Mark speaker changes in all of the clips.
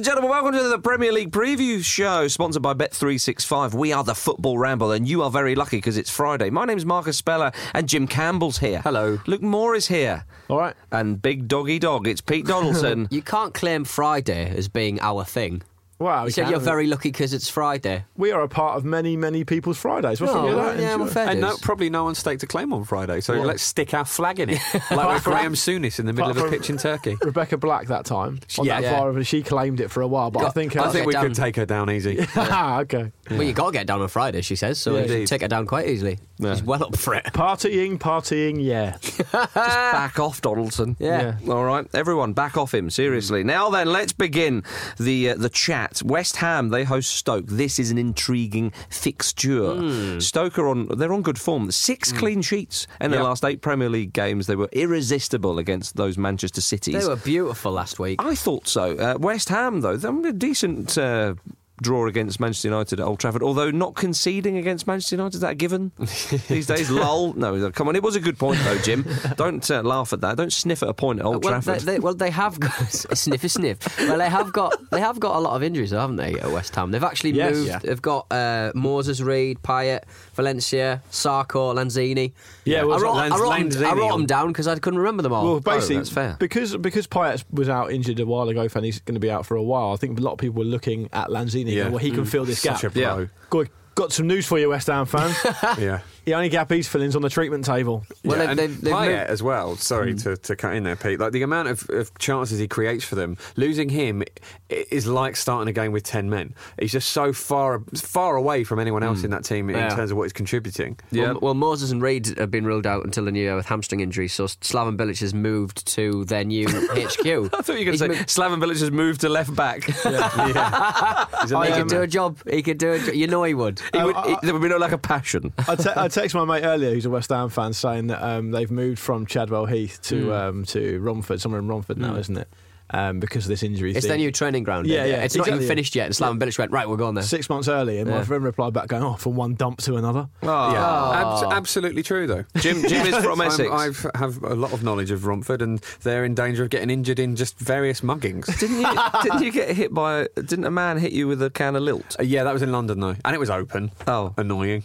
Speaker 1: gentlemen, welcome to the Premier League preview show sponsored by Bet365. We are the Football Ramble, and you are very lucky because it's Friday. My name's Marcus Speller, and Jim Campbell's here.
Speaker 2: Hello.
Speaker 1: Luke Moore is here.
Speaker 3: All right.
Speaker 1: And big doggy dog, it's Pete Donaldson.
Speaker 2: You can't claim Friday as being our thing.
Speaker 3: Wow,
Speaker 2: You said you're very lucky because it's Friday.
Speaker 3: We are a part of many, many people's Fridays. What's
Speaker 2: Oh,
Speaker 3: wrong with that?
Speaker 2: yeah,
Speaker 3: Enjoy.
Speaker 2: well, fair
Speaker 4: And no,
Speaker 2: dues.
Speaker 4: probably no one's stake to claim on Friday, so let's stick our flag in it. like with Graham Souness in the middle of a
Speaker 3: Apart from-
Speaker 4: pitch in Turkey.
Speaker 3: Rebecca Black that time on
Speaker 2: Yeah.
Speaker 3: that
Speaker 2: Yeah.
Speaker 3: VAR, she claimed it for a while, but I
Speaker 2: Got-
Speaker 3: think
Speaker 4: I
Speaker 3: her, Ah,
Speaker 4: think we
Speaker 2: down.
Speaker 4: could take her down easy.
Speaker 3: okay.
Speaker 2: Well, you got to get down on Friday, she says, so you should
Speaker 4: Indeed.
Speaker 2: take her down quite easily. She's well up for it.
Speaker 3: Partying, partying,
Speaker 4: Oh,
Speaker 3: yeah.
Speaker 1: Just back off, Donaldson.
Speaker 2: Yeah.
Speaker 1: All right, everyone, back off him seriously. Now then, let's begin the uh, the chat. West Ham they host Stoke. This is an intriguing fixture. Stoke are on they're on good form. Six clean sheets in their last eight Premier League games. They were irresistible against those Manchester Cities.
Speaker 2: They were beautiful last week.
Speaker 1: I thought so. Uh, West Ham though, they were a decent. Uh, Draw against Manchester United at Old Trafford, although not conceding against Manchester United, is that a given these days? Lull. No, come on, it was a good point though, Jim. Don't uh, laugh at that. Don't sniff at a point at Old
Speaker 2: well,
Speaker 1: Trafford.
Speaker 2: they, they, well, they have got sniff a sniff. Well, they have got they have got a lot of injuries, though, haven't they? At West Ham, they've actually
Speaker 3: Yes.
Speaker 2: moved.
Speaker 3: Yeah.
Speaker 2: They've got uh, Moses, Reed, Payet, Valencia, Sarko, Lanzini.
Speaker 3: Yeah, well,
Speaker 2: I wrote, I
Speaker 4: Lanz-
Speaker 2: wrote 'em- I
Speaker 4: Lanzini
Speaker 2: wrote
Speaker 4: on-
Speaker 2: them down because I couldn't remember them all.
Speaker 4: oh,
Speaker 3: Well, basically,
Speaker 1: that's fair.
Speaker 3: because because Payet was out injured a while ago, and he's going to be out for a while. I think a lot of people were looking at Lanzini.
Speaker 4: Yeah. Mm,
Speaker 3: Yeah. Well, he can fill this
Speaker 4: Such a
Speaker 3: gap.
Speaker 1: Yeah.
Speaker 4: pro.
Speaker 3: Good. Got some news for you, West Ham fans.
Speaker 4: Yeah.
Speaker 3: the only gap he's filling's on the treatment table.
Speaker 2: Well,
Speaker 4: yeah,
Speaker 2: they've-
Speaker 4: and
Speaker 2: they've- they've
Speaker 4: Payet
Speaker 2: moved- Hmm.
Speaker 4: as well. Sorry to, to cut in there, Pete. Like the amount of, of chances he creates for them, losing him i- is like starting a game with ten men. He's just so far far away from anyone else in that team
Speaker 2: Hmm. Yeah.
Speaker 4: in terms of what he's contributing.
Speaker 1: Yeah.
Speaker 2: Well, well, Moses and Reed have been ruled out until the new year with hamstring injuries, so Slaven Bilic has moved to their new HQ.
Speaker 1: I thought you were going
Speaker 2: He's
Speaker 1: to say
Speaker 2: moved-
Speaker 1: Slaven Bilic has moved to left back.
Speaker 4: He's
Speaker 2: Oh, he
Speaker 4: amazing.
Speaker 2: could do a job. He could do a job. You know he would.
Speaker 1: He would- he- there would be no lack of passion.
Speaker 3: I, te- I texted my mate earlier, who's a West Ham fan, saying that um, they've moved from Chadwell Heath to
Speaker 4: Hmm.
Speaker 3: um, to Romford, somewhere in Romford now, isn't it? Um, because of this injury.
Speaker 2: It's
Speaker 3: thing.
Speaker 2: their new training ground.
Speaker 3: Yeah,
Speaker 2: isn't it?
Speaker 3: yeah,
Speaker 2: It's not
Speaker 3: exactly.
Speaker 2: even finished yet. And Slaven Bilic went, right, we're going there.
Speaker 3: six months early, and my friend replied back going, "Oh, from one dump to another."
Speaker 4: Yeah.
Speaker 1: Ah.
Speaker 2: Ah.
Speaker 4: Abs- absolutely true, though.
Speaker 1: Jim, Jim is from
Speaker 4: I'm-
Speaker 1: Essex.
Speaker 4: I've have a lot of knowledge of Romford, and they're in danger of getting injured in just various muggings.
Speaker 1: Didn't you, didn't you get hit by? a- Didn't a man hit you with a can of lilt?
Speaker 4: Uh, yeah, that was in London though, and it was open.
Speaker 1: Oh.
Speaker 4: annoying.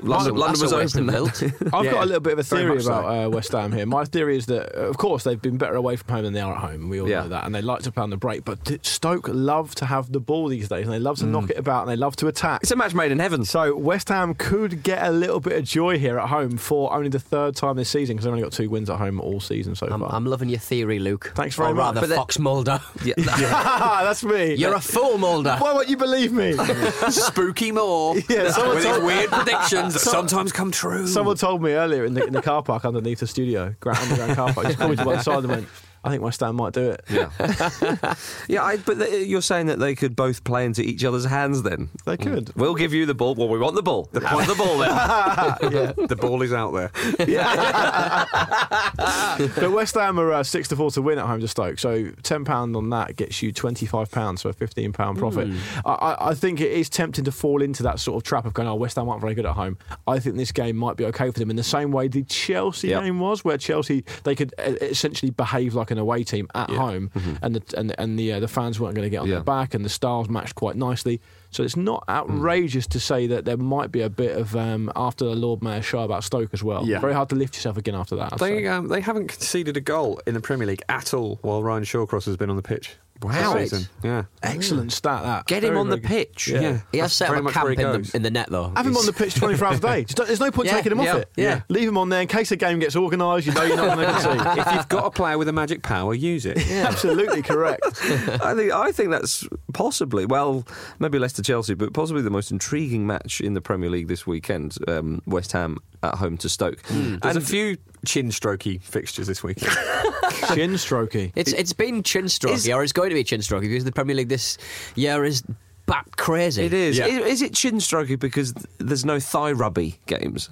Speaker 1: London, London
Speaker 2: That's a
Speaker 1: was
Speaker 2: waste
Speaker 1: open.
Speaker 2: of
Speaker 1: then.
Speaker 2: lilt.
Speaker 3: I've
Speaker 4: Yeah,
Speaker 3: got a little bit of a
Speaker 4: very
Speaker 3: theory
Speaker 4: much so.
Speaker 3: about uh, West Ham here. My theory is that, uh, of course, they've been better away from home than they are at home, and we all
Speaker 1: Yeah.
Speaker 3: know that. And they like to play on the break, but d- Stoke love to have the ball these days, and they
Speaker 4: Hmm.
Speaker 3: love to knock it about, and they love to attack.
Speaker 1: It's a match made in heaven.
Speaker 3: So West Ham could get a little bit of joy here at home for only the third time this season because they've only got two wins at home all season so
Speaker 2: I'm,
Speaker 3: far.
Speaker 2: I'm loving your theory, Luke.
Speaker 3: Thanks very
Speaker 2: or
Speaker 3: much.
Speaker 2: rather,
Speaker 3: But
Speaker 1: that-
Speaker 2: Fox Mulder.
Speaker 1: Yeah.
Speaker 3: That's me.
Speaker 2: You're a fool, Mulder.
Speaker 3: Why won't you believe me?
Speaker 2: Spooky Moore.
Speaker 3: Yeah, someone
Speaker 4: With his
Speaker 3: told-
Speaker 4: weird predictions that sometimes come true.
Speaker 3: Someone told me earlier in the, in the car park underneath the studio, ground, underground car park, just called me to one side and went, I think West Ham might do it.
Speaker 1: Yeah, yeah. I, but th- you're saying that they could both play into each other's hands. Then
Speaker 3: They could.
Speaker 1: we'll give you the ball. Well, we want the ball. The Have the ball then.
Speaker 4: the ball is out there.
Speaker 3: But West Ham are uh, six to four to win at home to Stoke, so ten pound on that gets you twenty five pounds, so a fifteen pound profit.
Speaker 1: Hmm.
Speaker 3: I I, I think it is tempting to fall into that sort of trap of going, oh, West Ham aren't very good at home. I think this game might be okay for them in the same way the Chelsea
Speaker 1: Yep.
Speaker 3: game was, where Chelsea they could uh, essentially behave like an away team at home, and the and and the uh, the fans weren't going to get on
Speaker 1: Mm-hmm. Yeah. Hmm.
Speaker 3: their back, and the stars matched quite nicely. So it's not outrageous to say that there might be a bit of um, after the Lord Mayor show about Stoke as well.
Speaker 4: Yeah.
Speaker 3: Very hard to lift yourself again after that. I'd say.
Speaker 4: They, um, they haven't conceded a goal in the Premier League at all while Ryan Shawcross has been on the pitch.
Speaker 1: Wow.
Speaker 4: This season. Yeah.
Speaker 3: Excellent stat. That
Speaker 1: Mm. Get him
Speaker 3: Very,
Speaker 1: on the
Speaker 3: very good.
Speaker 1: pitch.
Speaker 4: Yeah.
Speaker 2: He has
Speaker 4: That's
Speaker 2: set
Speaker 4: very
Speaker 2: up a
Speaker 4: much
Speaker 2: camp
Speaker 4: where
Speaker 2: in
Speaker 4: he
Speaker 2: the,
Speaker 4: goes.
Speaker 2: in the net, though.
Speaker 3: Have him
Speaker 2: He's-
Speaker 3: on the pitch 24 hours a day. Just don't- there's no point
Speaker 2: Yeah,
Speaker 3: taking him off
Speaker 2: yeah,
Speaker 3: it.
Speaker 2: yeah.
Speaker 3: leave him on there in case the game gets organised. You know you're not going to see.
Speaker 4: if you've got a player with a magic power, use it.
Speaker 3: Absolutely correct.
Speaker 1: I think I think that's possibly well, maybe Leicester Chelsea, but possibly the most intriguing match in the Premier League this weekend. Um, West Ham at home to Stoke.
Speaker 4: There's a few chin strokey fixtures this weekend.
Speaker 3: Chin strokey.
Speaker 2: It's it's been chin strokey, or it's going to be chin strokey because the Premier League this year is bat crazy.
Speaker 1: It is.
Speaker 4: Yeah.
Speaker 1: Is, is it chin stroking because th- there's no thigh rubby games?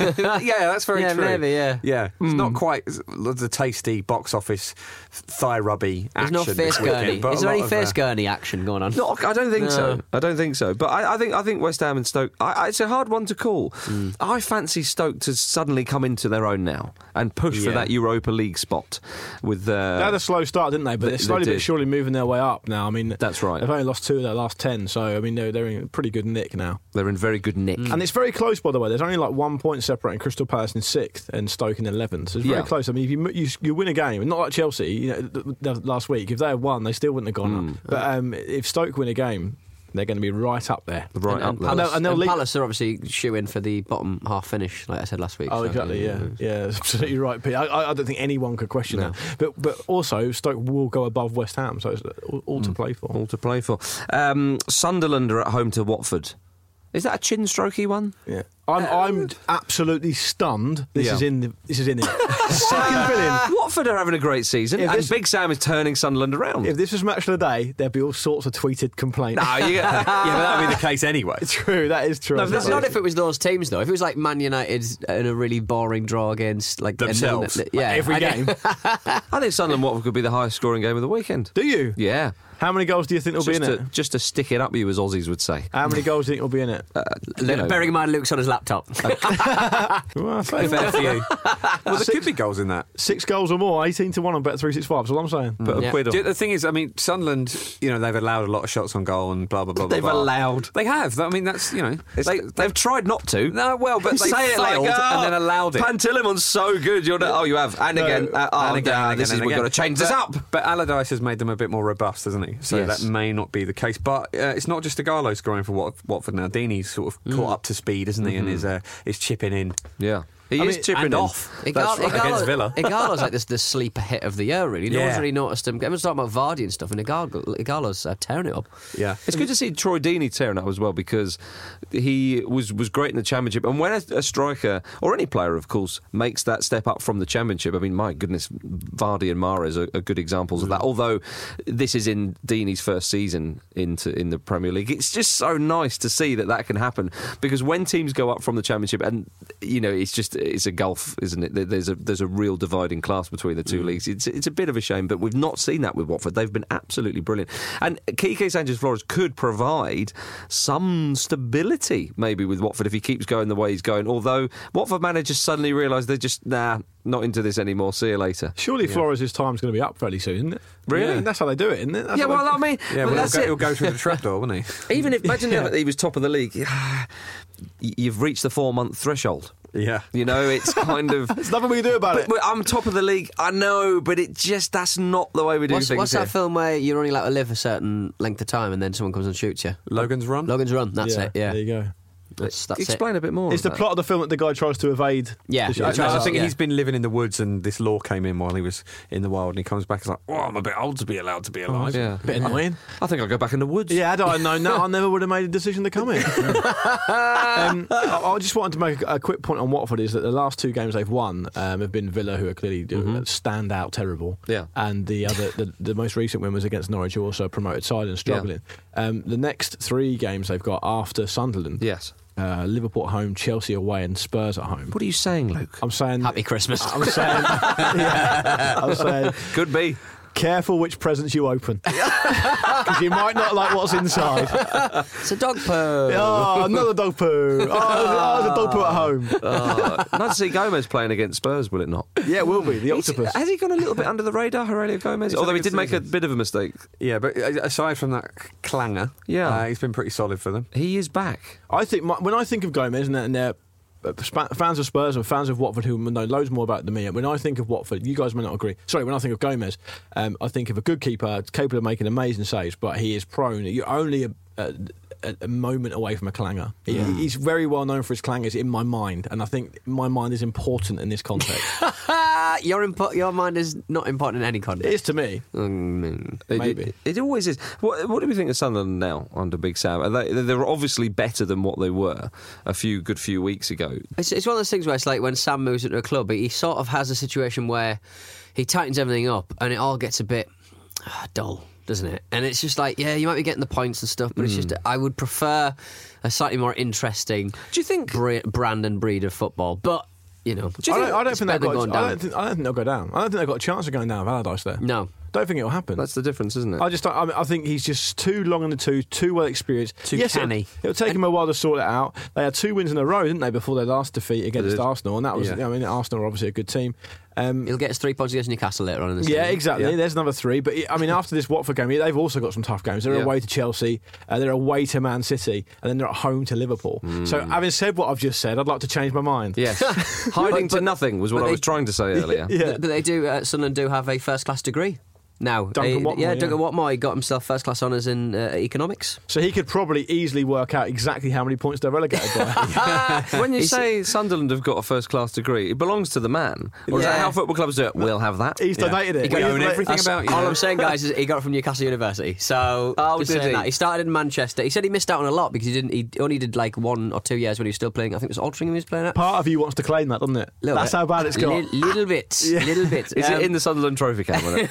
Speaker 4: yeah, that's very
Speaker 2: Yeah,
Speaker 4: true.
Speaker 2: maybe, yeah.
Speaker 4: yeah. It's not quite s- the tasty box office thigh rubby
Speaker 2: There's
Speaker 4: action.
Speaker 2: no face
Speaker 4: this weekend,
Speaker 2: gurney.
Speaker 4: but
Speaker 2: Is
Speaker 4: a
Speaker 2: there
Speaker 4: lot
Speaker 2: any
Speaker 4: of,
Speaker 2: face
Speaker 4: uh,
Speaker 2: gurney action going on?
Speaker 1: No, I don't think so.
Speaker 2: No.
Speaker 1: I don't think so. But I, I think I think West Ham and Stoke. I, I, it's a hard one to call. I fancy Stoke to suddenly come into their own now and push for
Speaker 4: Yeah.
Speaker 1: that Europa League spot. With uh,
Speaker 3: They had a slow start, didn't they? But
Speaker 1: They-
Speaker 3: they're slowly
Speaker 1: they did.
Speaker 3: but surely moving their way up now. I mean,
Speaker 1: That's right.
Speaker 3: They've only lost two of their last ten, so I mean they're, they're in pretty good nick now.
Speaker 1: they're in very good nick.
Speaker 3: And it's very close, by the way. There's only like one point separating Crystal Palace in sixth and Stoke in eleventh. So it's very
Speaker 1: Yeah.
Speaker 3: close. I mean, if you, you you win a game, not like Chelsea, you know, th- th- last week, if they had won, they still wouldn't have gone
Speaker 1: Mm.
Speaker 3: up. But um, if Stoke win a game, they're going to be right up there.
Speaker 1: Right
Speaker 2: and,
Speaker 1: up there.
Speaker 2: and
Speaker 3: And
Speaker 2: Palace,
Speaker 3: they'll- and they'll
Speaker 2: and
Speaker 3: lead-
Speaker 2: Palace are obviously shoe in for the bottom half finish, like I said last week.
Speaker 3: Oh,
Speaker 2: so,
Speaker 3: exactly. Yeah, yeah, that's absolutely right, Pete. I- I, I don't think anyone could question that. But but also Stoke will go above West Ham, so it's all, all
Speaker 1: Mm.
Speaker 3: to play for.
Speaker 1: All to play for. Um, Sunderland are at home to Watford. Is that a chin strokey one?
Speaker 3: Yeah, I'm I'm absolutely stunned. This
Speaker 1: Yeah.
Speaker 3: is in the this is in the second billion.
Speaker 1: Watford are having a great season,
Speaker 3: If
Speaker 1: and
Speaker 3: this-
Speaker 1: Big Sam is turning Sunderland around.
Speaker 3: If this was match of the day, there'd be all sorts of tweeted complaints.
Speaker 1: Ah, you get-
Speaker 4: Yeah, but that would be the case anyway.
Speaker 3: True, that is true.
Speaker 2: No,
Speaker 3: I'm
Speaker 2: that's
Speaker 3: sorry.
Speaker 2: not if it was those teams though. If it was like Man United in a really boring draw against like a nil-
Speaker 4: Themselves.
Speaker 2: yeah,
Speaker 3: every
Speaker 2: I don't-
Speaker 3: game.
Speaker 1: I think Sunderland Watford could be the highest scoring game of the weekend.
Speaker 3: do you?
Speaker 1: Yeah,
Speaker 3: How many goals do you think will be
Speaker 1: just
Speaker 3: in it?
Speaker 1: to, just to stick it up you, as Aussies would say.
Speaker 3: How many goals do you think will be in it?
Speaker 1: You know,
Speaker 2: Bearing in mind, Luke's on his laptop.
Speaker 3: Well, I think
Speaker 4: Fair for you. Well, there could be goals in that.
Speaker 3: six goals or more, eighteen to one on bet three six five. That's all I'm saying.
Speaker 1: put a
Speaker 2: Yeah.
Speaker 1: quid on.
Speaker 4: Do you- the thing is, I mean, Sunderland, you know, they've allowed a lot of shots on goal and blah blah blah. blah,
Speaker 1: They've
Speaker 4: blah.
Speaker 1: allowed.
Speaker 4: They have. I mean, that's you know, they,
Speaker 1: They, have tried not to.
Speaker 4: No, well, but they
Speaker 1: Say it like,
Speaker 4: failed
Speaker 1: "Oh,
Speaker 4: and then allowed it.
Speaker 1: Pantelimon's so good. You're not, oh, you have. And again, uh, oh,
Speaker 4: And again,
Speaker 1: nah,
Speaker 4: and
Speaker 1: this
Speaker 4: again,
Speaker 1: is
Speaker 4: and
Speaker 1: we've got
Speaker 4: again.
Speaker 1: to change this
Speaker 4: But-
Speaker 1: up.
Speaker 4: But Allardyce has made them a bit more robust, hasn't he? So
Speaker 1: Yes.
Speaker 4: that may not be the case. But uh, it's not just Agallo scoring for Wat- Watford now. Deeney's sort of
Speaker 1: Mm.
Speaker 4: caught up to speed, isn't he? And is uh, is chipping in.
Speaker 1: Yeah, Mm-hmm. he
Speaker 4: I
Speaker 1: is
Speaker 4: mean,
Speaker 1: chipping
Speaker 4: and
Speaker 1: in.
Speaker 4: off.
Speaker 2: Igal-
Speaker 4: That's right,
Speaker 2: Igalo-
Speaker 4: against Villa.
Speaker 2: Igalo's like this the sleeper hit of the year, really. No one's
Speaker 4: Yeah.
Speaker 2: really noticed him. Everyone's talking about Vardy and stuff, and Igalo, Igalo's uh, tearing it up.
Speaker 4: Yeah.
Speaker 1: It's good to see Troy Deeney tearing up as well because he was, was great in the championship. And when a, a striker or any player, of course, makes that step up from the championship, I mean, my goodness, Vardy and Mares are, are good examples of that. Although this is in Deeney's first season into in the Premier League, it's just so nice to see that that can happen because when teams go up from the championship, and you know, it's just it's a gulf, isn't it? There- There's a there's a real dividing class between the
Speaker 4: Mm.
Speaker 1: two leagues. It's it's a bit of a shame, but we've not seen that with Watford. They've been absolutely brilliant, and Kike Sanchez Flores could provide some stability maybe with Watford if he keeps going the way he's going. Although Watford managers suddenly realise they're just nah, not into this anymore. See you later.
Speaker 3: Surely Flores' time's going to be up fairly soon. Isn't it?
Speaker 1: Really?
Speaker 3: Yeah, that's how they do it, isn't it? That's
Speaker 1: yeah,
Speaker 3: how they-
Speaker 1: well, um, I mean, but
Speaker 4: Yeah, well, he'll
Speaker 1: that's
Speaker 4: go,
Speaker 1: it.
Speaker 4: he'll go through the trapdoor, wou't he?
Speaker 1: Even if imagine if he was top of the league, you've reached the four month threshold.
Speaker 4: Yeah.
Speaker 1: You know, it's kind of.
Speaker 3: there's nothing we can do about it.
Speaker 1: But, but I'm top of the league. I know, but it just that's not the way we do
Speaker 2: What's,
Speaker 1: things.
Speaker 2: what's
Speaker 1: here.
Speaker 2: that film where you're only allowed to live a certain length of time, and then someone comes and shoots you?
Speaker 4: Logan's run.
Speaker 2: Logan's Run. That's it. Yeah,
Speaker 3: There you go.
Speaker 2: that's, that's it.
Speaker 1: Explain a bit more.
Speaker 3: It's the
Speaker 1: of that.
Speaker 3: plot of the film that the guy tries to evade.
Speaker 2: Yeah.
Speaker 3: the sh-
Speaker 2: Yeah.
Speaker 4: No, I
Speaker 2: Oh,
Speaker 4: think
Speaker 2: yeah.
Speaker 4: he's been living in the woods, and this law came in while he was in the wild, and he comes back and is like, "Oh, I'm a bit old to be allowed to be alive."
Speaker 1: Oh, Yeah.
Speaker 3: Bit annoying.
Speaker 1: I think I'll go back in the woods.
Speaker 3: Yeah, had I known that, I never would have made a decision to come here. um, I, I just wanted to make a, a quick point on Watford is that the last two games they've won um, have been Villa, who are clearly uh, stand out terrible.
Speaker 1: Mm-hmm. Yeah.
Speaker 3: And the other, the, the most recent win was against Norwich, who also a promoted side and struggling. Um, the next three games they've got after Sunderland,
Speaker 1: Yes.
Speaker 3: uh, Liverpool at home, Chelsea away, and Spurs at home.
Speaker 1: What are you saying, Luke?
Speaker 3: I'm saying.
Speaker 2: Happy Christmas.
Speaker 3: I'm saying. yeah, I'm saying.
Speaker 1: Could be.
Speaker 3: Careful which presents you open. Because you might not like what's inside.
Speaker 2: it's a dog poo.
Speaker 3: Oh, another dog poo. Oh, oh, there's a dog poo at home.
Speaker 1: Uh, nice to see Gomez playing against Spurs, will it not?
Speaker 3: Yeah, it will be. The
Speaker 1: He's-
Speaker 3: octopus.
Speaker 1: has he gone a little bit under the radar, Aurelio Gomez?
Speaker 4: He's
Speaker 1: Although
Speaker 4: had
Speaker 1: he
Speaker 4: a good
Speaker 1: did make a
Speaker 4: season.
Speaker 1: bit of a mistake.
Speaker 4: Yeah, but a- aside from that clanger,
Speaker 1: Yeah.
Speaker 4: uh, he's been pretty solid for them.
Speaker 1: He is back.
Speaker 3: I think my, when I think of Gomez and, and their uh, spa- fans of Spurs and fans of Watford who know loads more about it than me. When I think of Watford, you guys may not agree. Sorry, when I think of Gomez, um, I think of a good keeper capable of making amazing saves, but he is prone. You're only a, a, a- a moment away from a clanger. He- He's very well known for his clangers in my mind, and I think my mind is important in this context.
Speaker 2: Ah, your impo- your mind is not important in any
Speaker 3: it
Speaker 2: context.
Speaker 3: is to me.
Speaker 2: Mm,
Speaker 1: It-
Speaker 3: Maybe.
Speaker 1: It, it always is. What, what do we think of Sunderland now under Big Sam? Are they, they're obviously better than what they were a few good few weeks ago.
Speaker 2: It's, it's one of those things where it's like when Sam moves into a club, he sort of has a situation where he tightens everything up and it all gets a bit ah, dull. doesn't it? And it's just like, yeah, you might be getting the points and stuff, but it's
Speaker 3: Mm.
Speaker 2: just I would prefer a slightly more interesting.
Speaker 1: Do you think-
Speaker 2: bra- brand and breed of football? But you know,
Speaker 3: I don't, I don't
Speaker 2: it's
Speaker 3: think
Speaker 2: better
Speaker 3: they've
Speaker 2: than going
Speaker 3: got. I
Speaker 2: down.
Speaker 3: don't think, I don't think they'll go down. I don't think they've got a chance of going down Allardyce there.
Speaker 2: No.
Speaker 3: don't think it'll happen.
Speaker 1: That's the difference, isn't it?
Speaker 3: I just, I, mean, I think he's just too long in the tooth, too well experienced,
Speaker 2: Too canny.
Speaker 3: It'll, it'll take him a while to sort it out. They had two wins in a row, didn't they, before their last defeat against
Speaker 1: did.
Speaker 3: Arsenal, and that was,
Speaker 1: Yeah.
Speaker 3: I mean, Arsenal are obviously a good team. Um,
Speaker 2: He'll get his three points against Newcastle later on in the season.
Speaker 3: yeah, exactly.
Speaker 1: Yeah.
Speaker 3: There's another three, but I mean, after this Watford game, they've also got some tough games. They're
Speaker 1: Yeah.
Speaker 3: away to Chelsea, uh, they're away to Man City, and then they're at home to Liverpool.
Speaker 2: Mm.
Speaker 3: So, having said what I've just said, I'd like to change my mind.
Speaker 1: yes. Hiding
Speaker 2: But-
Speaker 1: to nothing was
Speaker 2: but
Speaker 1: what I
Speaker 2: they-
Speaker 1: was trying to say earlier.
Speaker 3: Yeah.
Speaker 2: But but they do. Uh, Sunderland do have a first class degree now.
Speaker 3: Duncan
Speaker 2: Uh,
Speaker 3: Watmore,
Speaker 2: yeah,
Speaker 3: yeah.
Speaker 2: Duncan Watmore he got himself first class honours in uh, economics.
Speaker 3: So he could probably easily work out exactly how many points they're relegated by.
Speaker 1: when you say Sunderland have got a first class degree, it belongs to the man. Or is
Speaker 2: Yeah.
Speaker 1: that how football clubs do it? We'll have that.
Speaker 3: He's donated it.
Speaker 4: You
Speaker 3: He's
Speaker 4: own
Speaker 3: like-
Speaker 4: everything
Speaker 2: That's-
Speaker 4: about you.
Speaker 2: All I'm saying, guys, is he got it from Newcastle University. So
Speaker 1: Oh,
Speaker 2: just
Speaker 1: did
Speaker 2: saying
Speaker 1: he?
Speaker 2: That. he started in Manchester. He said he missed out on a lot because he didn't. He only did like one or two years when he was still playing. I think it was Altrincham he was playing at.
Speaker 3: Part of you wants to claim that, doesn't it?
Speaker 2: Little
Speaker 3: That's
Speaker 2: bit.
Speaker 3: how bad it's got.
Speaker 2: Li- little bit, little bit.
Speaker 1: Is
Speaker 2: Um,
Speaker 1: it in the Sunderland Trophy cabinet?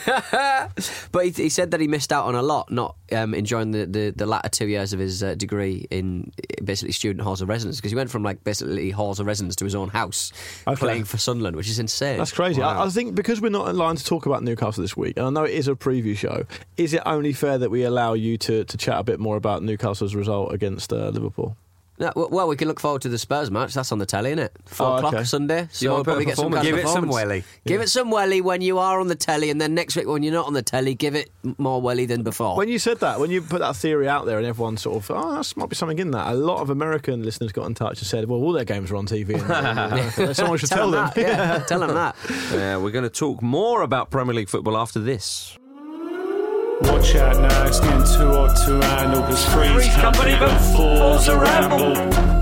Speaker 2: but he, he said that he missed out on a lot, not um, enjoying the, the, the latter two years of his uh, degree in uh, basically student halls of residence because he went from like basically halls of residence to his own house
Speaker 3: Okay.
Speaker 2: playing for Sunderland, which is insane.
Speaker 3: That's crazy. I, I think because we're not aligned to talk about Newcastle this week, and I know it is a preview show, is it only fair that we allow you to, to chat a bit more about Newcastle's result against uh, Liverpool?
Speaker 2: No, w- well, we can look forward to the Spurs match. That's on the telly, isn't it? Four
Speaker 3: Oh,
Speaker 2: o'clock
Speaker 3: okay.
Speaker 2: Sunday. So
Speaker 1: You might
Speaker 2: we'll
Speaker 1: put a
Speaker 2: probably get some
Speaker 1: performance-
Speaker 2: kind of
Speaker 4: give it some
Speaker 2: performance.
Speaker 4: welly.
Speaker 2: Give it some welly when you are on the telly, and then next week when you're not on the telly, give it m- more welly than before.
Speaker 3: When you said that, when you put that theory out there, and everyone sort of, oh, that might be something in that. A lot of American listeners got in touch and said, well, all their games are on TV. in America. Someone should tell, them.
Speaker 2: that. yeah, tell them that.
Speaker 1: yeah, we're going to talk more about Premier League football after this.
Speaker 5: Watch out now, it's getting too hot to handle because freeze company but fools a ramble.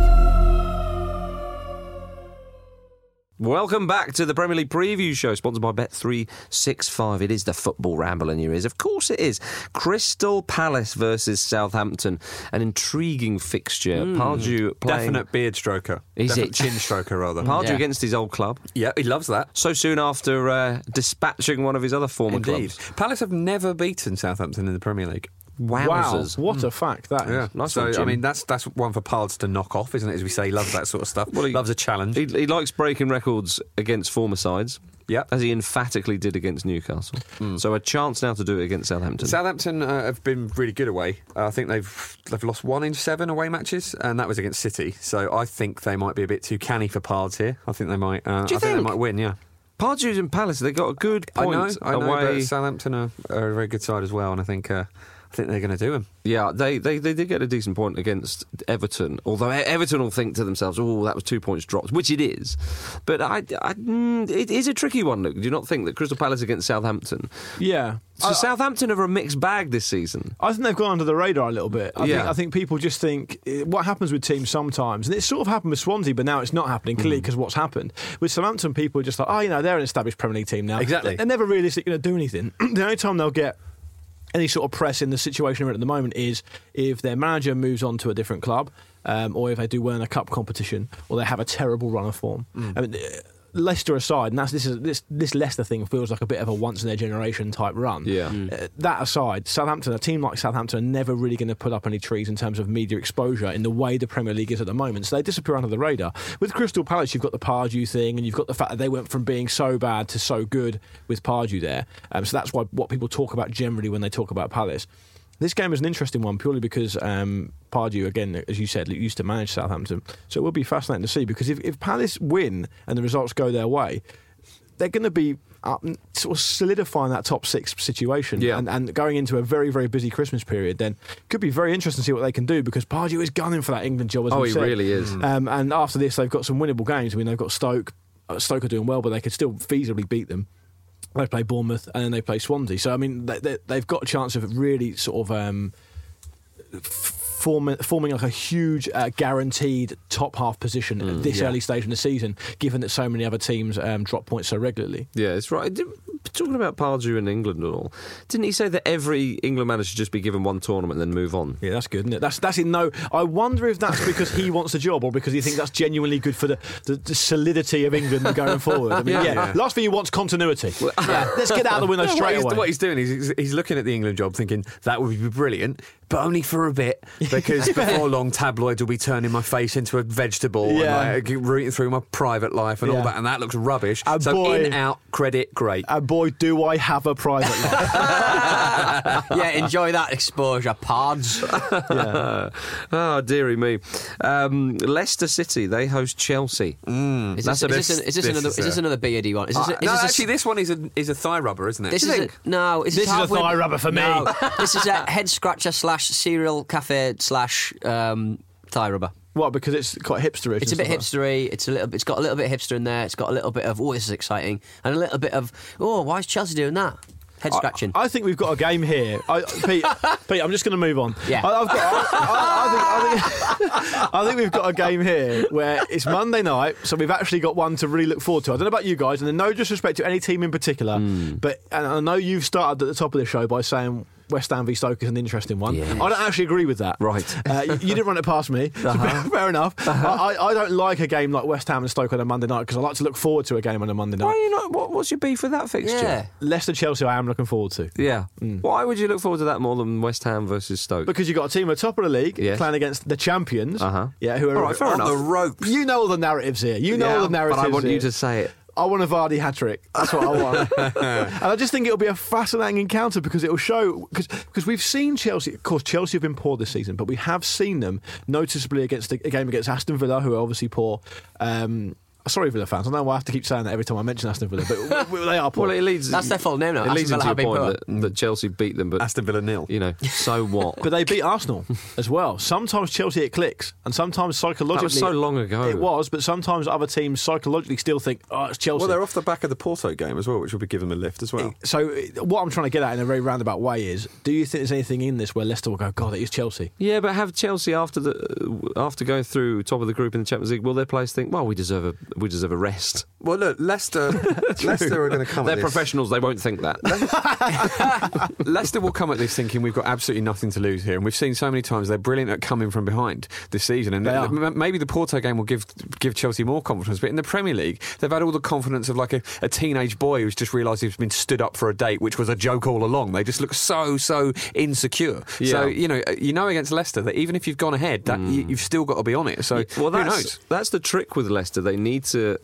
Speaker 1: Welcome back to the Premier League preview show, sponsored by Bet365. It is the football ramble in your ears. Of course it is. Crystal Palace versus Southampton. An intriguing fixture.
Speaker 2: Mm.
Speaker 1: Pardew playing.
Speaker 4: Definite beard stroker.
Speaker 1: Is
Speaker 4: Definite
Speaker 1: it?
Speaker 4: chin stroker rather?
Speaker 1: Pardew
Speaker 2: Yeah.
Speaker 1: against his old club.
Speaker 4: Yeah, he loves that.
Speaker 1: So soon after uh, dispatching one of his other former
Speaker 4: Indeed.
Speaker 1: clubs.
Speaker 4: Palace have never beaten Southampton in the Premier League.
Speaker 3: Wow,
Speaker 1: Wowzers.
Speaker 3: what a fact that is.
Speaker 4: Yeah,
Speaker 1: Nice
Speaker 4: so
Speaker 1: one,
Speaker 4: I
Speaker 1: Jim.
Speaker 4: mean that's that's one for Pards to knock off, isn't it? As we say, he loves that sort of stuff.
Speaker 1: Well, he-
Speaker 4: loves a challenge.
Speaker 1: He, he likes breaking records against former sides.
Speaker 4: Yep. Hmm.
Speaker 1: As he emphatically did against Newcastle. So a chance now to do it against Southampton.
Speaker 4: Southampton uh, have been really good away. Uh, I think they've they've lost one in seven away matches, and that was against City. So I think they might be a bit too canny for Pards here. I think they might. Uh,
Speaker 1: Do you
Speaker 4: I think?
Speaker 1: think?
Speaker 4: they might win? Yeah.
Speaker 1: Pardew's in Palace, they got a good point
Speaker 4: I know. I know.
Speaker 1: away.
Speaker 4: But Southampton are, are a very good side as well, and I think uh, I think they're going to do him.
Speaker 1: Yeah, they, they, they did get a decent point against Everton. Although E- Everton will think to themselves, "Oh, that was two points dropped," which it is. But I, I- mm, it is a tricky one. Look, do you not think that Crystal Palace against Southampton?
Speaker 3: Yeah.
Speaker 1: So Southampton are a mixed bag this season.
Speaker 3: I think they've gone under the radar a little bit. I, think,
Speaker 1: Yeah.
Speaker 3: I think people just think eh, what happens with teams sometimes, and it sort of happened with Swansea, but now it's not happening clearly because what's happened with Southampton. People are just like, oh, you know, they're an established Premier League team now.
Speaker 4: Exactly.
Speaker 3: they're never realistically going to do anything. the only time they'll get any sort of press in the situation we're in at the moment is if their manager moves on to a different club, um, or if they do well in a cup competition, or they have a terrible run of form. I mean. eh, Leicester aside, and that's this is this this Leicester thing feels like a bit of a once in a generation type run.
Speaker 1: Yeah.
Speaker 3: Uh, that aside, Southampton, a team like Southampton, are never really going to put up any trees in terms of media exposure in the way the Premier League is at the moment. So they disappear under the radar. With Crystal Palace, you've got the Pardew thing, and you've got the fact that they went from being so bad to so good with Pardew there. Um, so that's why what people talk about generally when they talk about Palace. This game is an interesting one purely because um, Pardew, again, as you said, used to manage Southampton. So it will be fascinating to see because if, if Palace win and the results go their way, they're going to be up, sort of solidifying that top six situation
Speaker 1: Yeah.
Speaker 3: and, and going into a very, very busy Christmas period, then could be very interesting to see what they can do because Pardew is gunning for that England job. As
Speaker 1: Oh,
Speaker 3: we
Speaker 1: he
Speaker 3: said.
Speaker 1: really is.
Speaker 4: Hmm.
Speaker 3: Um, and after this, they've got some winnable games. I mean, they've got Stoke. Uh, Stoke are doing well, but they could still feasibly beat them. They play Bournemouth and then they play Swansea. So, I mean, they, they, they've got a chance of really sort of. Um, forming, forming like a huge uh, guaranteed top half position at this early stage in the season, given that so many other teams um, drop points so regularly.
Speaker 1: Yeah, it's right. Did- talking about Pardew in England and all, didn't he say that every England manager should just be given one tournament and then move on?
Speaker 3: Yeah, that's good, isn't it? That's that's in no. I wonder if that's because he wants a job or because he thinks that's genuinely good for the, the, the solidity of England going forward. I mean, yeah,
Speaker 1: Yeah.
Speaker 3: Last thing you want's continuity. Yeah, let's get out of the window
Speaker 4: No, what,
Speaker 3: straight
Speaker 4: he's,
Speaker 3: away.
Speaker 4: what he's doing is he's, he's looking at the England job, thinking that would be brilliant, but only for a bit because before long, tabloids will be turning my face into a vegetable
Speaker 3: Yeah.
Speaker 4: and like, rooting through my private life and
Speaker 3: Yeah.
Speaker 4: all that, and that looks rubbish.
Speaker 3: And
Speaker 4: so
Speaker 3: boy-
Speaker 4: in out credit, great.
Speaker 3: and Uh, boy, do I have a private life.
Speaker 2: yeah, enjoy that exposure, pards.
Speaker 1: oh, dearie me. Um, Leicester City, they host Chelsea.
Speaker 2: Is
Speaker 1: That's
Speaker 2: this,
Speaker 1: a
Speaker 2: is this,
Speaker 1: bit-
Speaker 2: an- is this
Speaker 4: this
Speaker 2: another?
Speaker 4: is
Speaker 2: Is this
Speaker 4: a-
Speaker 2: another beardy one? Is this,
Speaker 4: Uh,
Speaker 2: a- is
Speaker 4: no,
Speaker 2: this a-
Speaker 4: actually, this one is a is a thigh rubber, isn't it?
Speaker 2: This is a, no. This,
Speaker 3: This is a
Speaker 2: halfway-
Speaker 3: thigh rubber for me.
Speaker 2: No, this is a head scratcher slash cereal cafe slash um, thigh rubber.
Speaker 3: what? Because it's quite hipsterish.
Speaker 2: It's a
Speaker 3: and
Speaker 2: bit
Speaker 3: stuff like-
Speaker 2: hipstery. It's a little. It's got a little bit of hipster in there. It's got a little bit of oh, this is exciting, and a little bit of oh, why is Chelsea doing that? Head scratching.
Speaker 3: I think we've got a game here. I, Pete, Pete, I'm just going to move on.
Speaker 2: Yeah.
Speaker 3: I, I've got, I, I, I, think, I, think, I think we've got a game here where it's Monday night, so we've actually got one to really look forward to. I don't know about you guys, and no disrespect to any team in particular,
Speaker 2: Hmm.
Speaker 3: but and I know you've started at the top of the show by saying West Ham v Stoke is an interesting one.
Speaker 2: Yes.
Speaker 3: I don't actually agree with that.
Speaker 1: Right.
Speaker 3: Uh, you, you didn't run it past me. so
Speaker 2: Uh-huh.
Speaker 3: fair enough. I, I, I don't like a game like West Ham and Stoke on a Monday night because I like to look forward to a game on a Monday night.
Speaker 1: Why are you not? What, what's your beef with that fixture?
Speaker 2: yeah.
Speaker 3: Leicester Chelsea, I am looking forward to.
Speaker 1: Yeah. Why would you look forward to that more than West Ham versus Stoke?
Speaker 3: Because you've got a team at the top of the league
Speaker 1: Yes.
Speaker 3: playing against the champions.
Speaker 1: Uh-huh.
Speaker 3: Yeah, who are
Speaker 1: All right, fair
Speaker 3: on
Speaker 1: enough.
Speaker 3: the ropes. You know all the narratives here. You know all the narratives.
Speaker 1: but I want
Speaker 3: here.
Speaker 1: you to say it.
Speaker 3: I want a Vardy hat trick. That's what I want. and I just think it'll be a fascinating encounter because it'll show because we've seen Chelsea. Of course, Chelsea have been poor this season, but we have seen them noticeably against the, a game against Aston Villa, who are obviously poor. Um, sorry, Villa fans. I know I have to keep saying that every time I mention Aston Villa, but w- they are poor.
Speaker 1: Well, it leads.
Speaker 2: That's their full name now.
Speaker 1: It leads
Speaker 2: Aston
Speaker 1: into a
Speaker 2: Villa have been
Speaker 1: point
Speaker 2: poor.
Speaker 1: that, that Chelsea beat them, but
Speaker 4: Aston Villa nil.
Speaker 1: you know, so what?
Speaker 3: But they beat Arsenal as well. Sometimes Chelsea it clicks, and sometimes psychologically
Speaker 1: so long ago.
Speaker 3: It was, but sometimes other teams psychologically still think, "Oh, it's Chelsea."
Speaker 4: Well, they're off the back of the Porto game as well, which will be giving them a lift as well.
Speaker 3: so uh, what I'm trying to get at in a very roundabout way is, do you think there's anything in this where Leicester will go, "God, it is Chelsea"?
Speaker 1: Yeah, but have Chelsea after the uh, after going through top of the group in the Champions League, will their players think, well, we deserve a we deserve a rest?
Speaker 4: Well, look, Leicester, Leicester are going to come.
Speaker 1: They're
Speaker 4: at this.
Speaker 1: professionals; they won't think that.
Speaker 4: Leicester will come at this thinking we've got absolutely nothing to lose here, and we've seen so many times they're brilliant at coming from behind this season. And
Speaker 3: They are.
Speaker 4: m- maybe the Porto game will give give Chelsea more confidence. But in the Premier League, they've had all the confidence of like a, a teenage boy who's just realised he's been stood up for a date, which was a joke all along. They just look so so insecure. So
Speaker 1: Yeah. Mm.
Speaker 4: you know, uh, you know against Leicester that even if you've gone ahead, that you, you've still got to be on it. So
Speaker 1: well,
Speaker 4: who
Speaker 1: that's
Speaker 4: knows?
Speaker 1: that's the trick with Leicester. They need to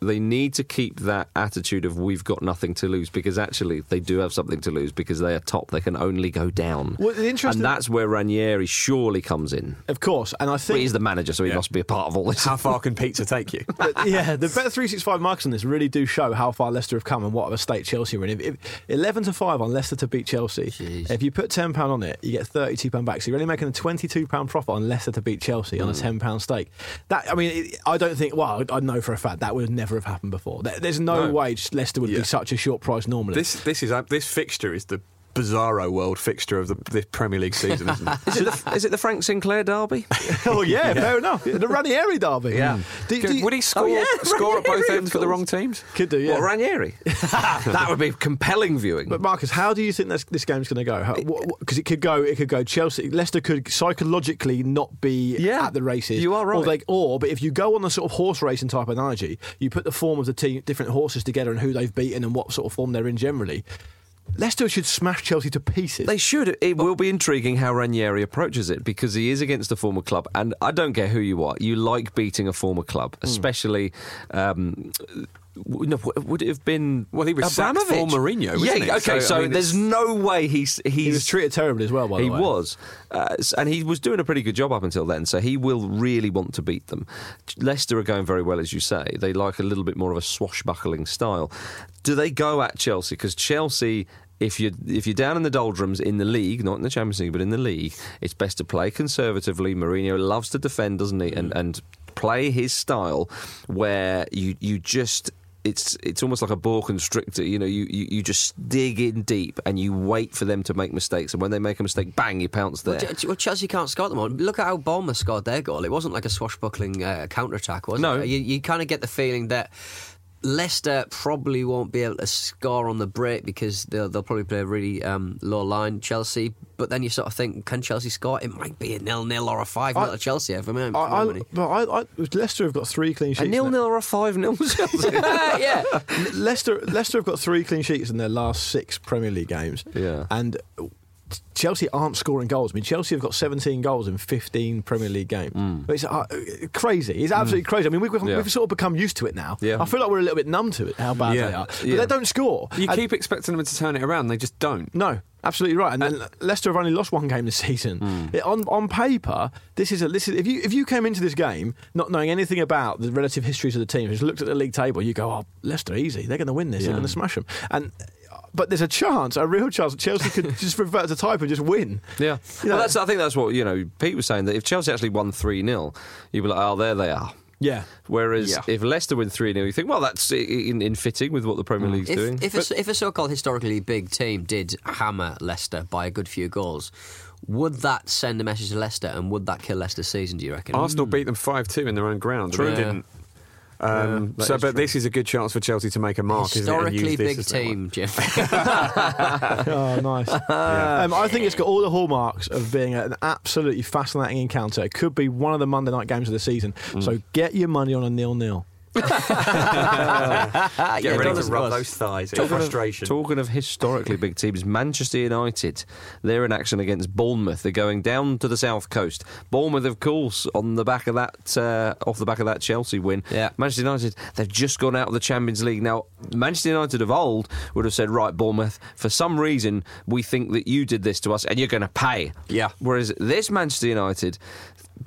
Speaker 1: they need to keep that attitude of we've got nothing to lose because actually they do have something to lose because they are top. They can only go down.
Speaker 3: Well, the
Speaker 1: and
Speaker 3: interesting-
Speaker 1: that's where Ranieri surely comes in.
Speaker 3: Of course, and I
Speaker 1: But
Speaker 3: think
Speaker 1: he's the manager, so he must be a part of all this.
Speaker 4: How far can pizza take you?
Speaker 3: But, yeah, the bet three six five marks on this really do show how far Leicester have come and what of a state Chelsea are in. If, if- Eleven to five on Leicester to beat Chelsea. If you put ten pound on it, you get thirty two pound back. So you're only making a twenty two pound profit on Leicester to beat Chelsea on a ten pound stake. That I mean, it, I don't think. Well, I, I know for a fact that would never have happened before. There, there's no,
Speaker 4: No.
Speaker 3: way Leicester would
Speaker 4: Yeah.
Speaker 3: be such a short price normally.
Speaker 4: This this is uh, this fixture is the bizarro world fixture of the, the Premier League season, isn't it?
Speaker 1: Is it, the, is it the Frank Sinclair derby?
Speaker 3: oh yeah, fair enough. The Ranieri derby. Hmm. Yeah. Do, do,
Speaker 4: Would he score score at both ends for the wrong teams?
Speaker 3: Oh, could do. Yeah.
Speaker 1: What Ranieri? that would be compelling viewing.
Speaker 3: But Marcus, how do you think this, this game's going to go? Because it could go, it could go. Chelsea, Leicester could psychologically not be
Speaker 1: Yeah,
Speaker 3: at the races.
Speaker 1: you are
Speaker 3: Or,
Speaker 1: right.
Speaker 3: they, or, but if you go on the sort of horse racing type analogy, you put the form of the team, different horses together, and who they've beaten and what sort of form they're in generally. Leicester should smash Chelsea to pieces.
Speaker 1: They should. It will be intriguing how Ranieri approaches it because he is against a former club, and I don't care who you are. You like beating a former club,
Speaker 4: Hmm.
Speaker 1: especially. Um, w- no, w- would it have been
Speaker 4: Well, he was sacked
Speaker 1: Abramovich?
Speaker 4: for Mourinho, wasn't
Speaker 1: yeah,
Speaker 4: he? So, I
Speaker 1: okay. So,
Speaker 4: mean,
Speaker 1: there's no way he's he's
Speaker 3: he was treated terribly as well. By the
Speaker 1: he
Speaker 3: way,
Speaker 1: was, uh, s- and he was doing a pretty good job up until then. So he will really want to beat them. Leicester are going very well, as you say. They like a little bit more of a swashbuckling style. Do they go at Chelsea? Because Chelsea. If you're, if you're down in the doldrums in the league, not in the Champions League, but in the league, it's best to play conservatively. Mourinho loves to defend, doesn't he? And, and play his style where you, you just it's it's almost like a boa constrictor. You know, you, you, you just dig in deep and you wait for them to make mistakes, and when they make a mistake, bang, you pounce there.
Speaker 2: Ch- Well, Chelsea can't score at the moment. Look at how Bournemouth scored their goal. It wasn't like a swashbuckling uh, counter attack, was
Speaker 1: No.
Speaker 2: it? You, you kind of get the feeling that Leicester probably won't be able to score on the break because they'll, they'll probably play a really um, low line Chelsea. But then you sort of think, can Chelsea score? It might be a nil nil or a five nil
Speaker 3: I-
Speaker 2: to Chelsea. If I'm, if
Speaker 3: I, I,
Speaker 2: I'm right.
Speaker 3: but I, I, Leicester have got three clean sheets.
Speaker 1: A
Speaker 3: in
Speaker 1: nil
Speaker 3: their-
Speaker 1: nil or a five nil Chelsea.
Speaker 2: yeah,
Speaker 3: Leicester Leicester have got three clean sheets in their last six Premier League games.
Speaker 1: Yeah.
Speaker 3: And Chelsea aren't scoring goals. I mean, Chelsea have got 17 goals in 15 Premier League games. It's uh, crazy. It's absolutely crazy. I mean, we've,
Speaker 1: Mm. Yeah.
Speaker 3: we've sort of become used to it now.
Speaker 1: Yeah.
Speaker 3: I feel like we're a little bit numb to it, how bad
Speaker 4: Yeah.
Speaker 3: they are. But
Speaker 1: Yeah.
Speaker 3: they don't score.
Speaker 4: You
Speaker 3: And-
Speaker 4: keep expecting them to turn it around, they just don't.
Speaker 3: no, absolutely right. And, then Leicester have only lost one game this season. It- on on paper, this is a this is if you if you came into this game not knowing anything about the relative histories of the teams, just looked at the league table, you go, oh, Leicester easy, they're going to win this, they're going to smash them. And but there's a chance, a real chance, that Chelsea could just revert to type and just win.
Speaker 1: Yeah,
Speaker 3: You know-
Speaker 1: well, that's. I think that's what you know. Pete was saying that if Chelsea actually won three 0 you'd be like, oh, there they are.
Speaker 3: Yeah.
Speaker 1: Whereas
Speaker 4: Yeah.
Speaker 1: if Leicester win three 0 you think, well, that's i- in, in fitting with what the Premier League's doing.
Speaker 2: if, if, a, if a so-called historically big team did hammer Leicester by a good few goals, would that send a message to Leicester and would that kill Leicester's season? Do you reckon?
Speaker 4: Mm. Arsenal beat them 5 2 in their own ground.
Speaker 2: True.
Speaker 4: They didn't. Um,
Speaker 1: that
Speaker 4: so,
Speaker 1: is
Speaker 4: but
Speaker 1: true.
Speaker 4: this is a good chance for Chelsea to make a mark. isn't
Speaker 2: Historically
Speaker 4: it, and use
Speaker 2: big
Speaker 4: this as their
Speaker 2: team,
Speaker 4: one.
Speaker 2: Jim.
Speaker 3: Oh, nice.
Speaker 4: Yeah.
Speaker 3: Um, I think it's got all the hallmarks of being an absolutely fascinating encounter. It could be one of the Monday night games of the season. So get your money on a nil-nil.
Speaker 4: Get
Speaker 2: Yeah,
Speaker 4: ready
Speaker 2: don't
Speaker 4: to
Speaker 2: listen us.
Speaker 4: rub those thighs. in
Speaker 1: Talking of-
Speaker 4: frustration.
Speaker 1: Talking of historically big teams, Manchester United, they're in action against Bournemouth. They're going down to the south coast. Bournemouth, of course, on the back of that, uh, off the back of that Chelsea win.
Speaker 2: Yeah.
Speaker 1: Manchester United, they've just gone out of the Champions League. Now, Manchester United of old would have said, right, Bournemouth, for some reason, we think that you did this to us, and you're going to pay.
Speaker 4: Yeah.
Speaker 1: Whereas this Manchester United.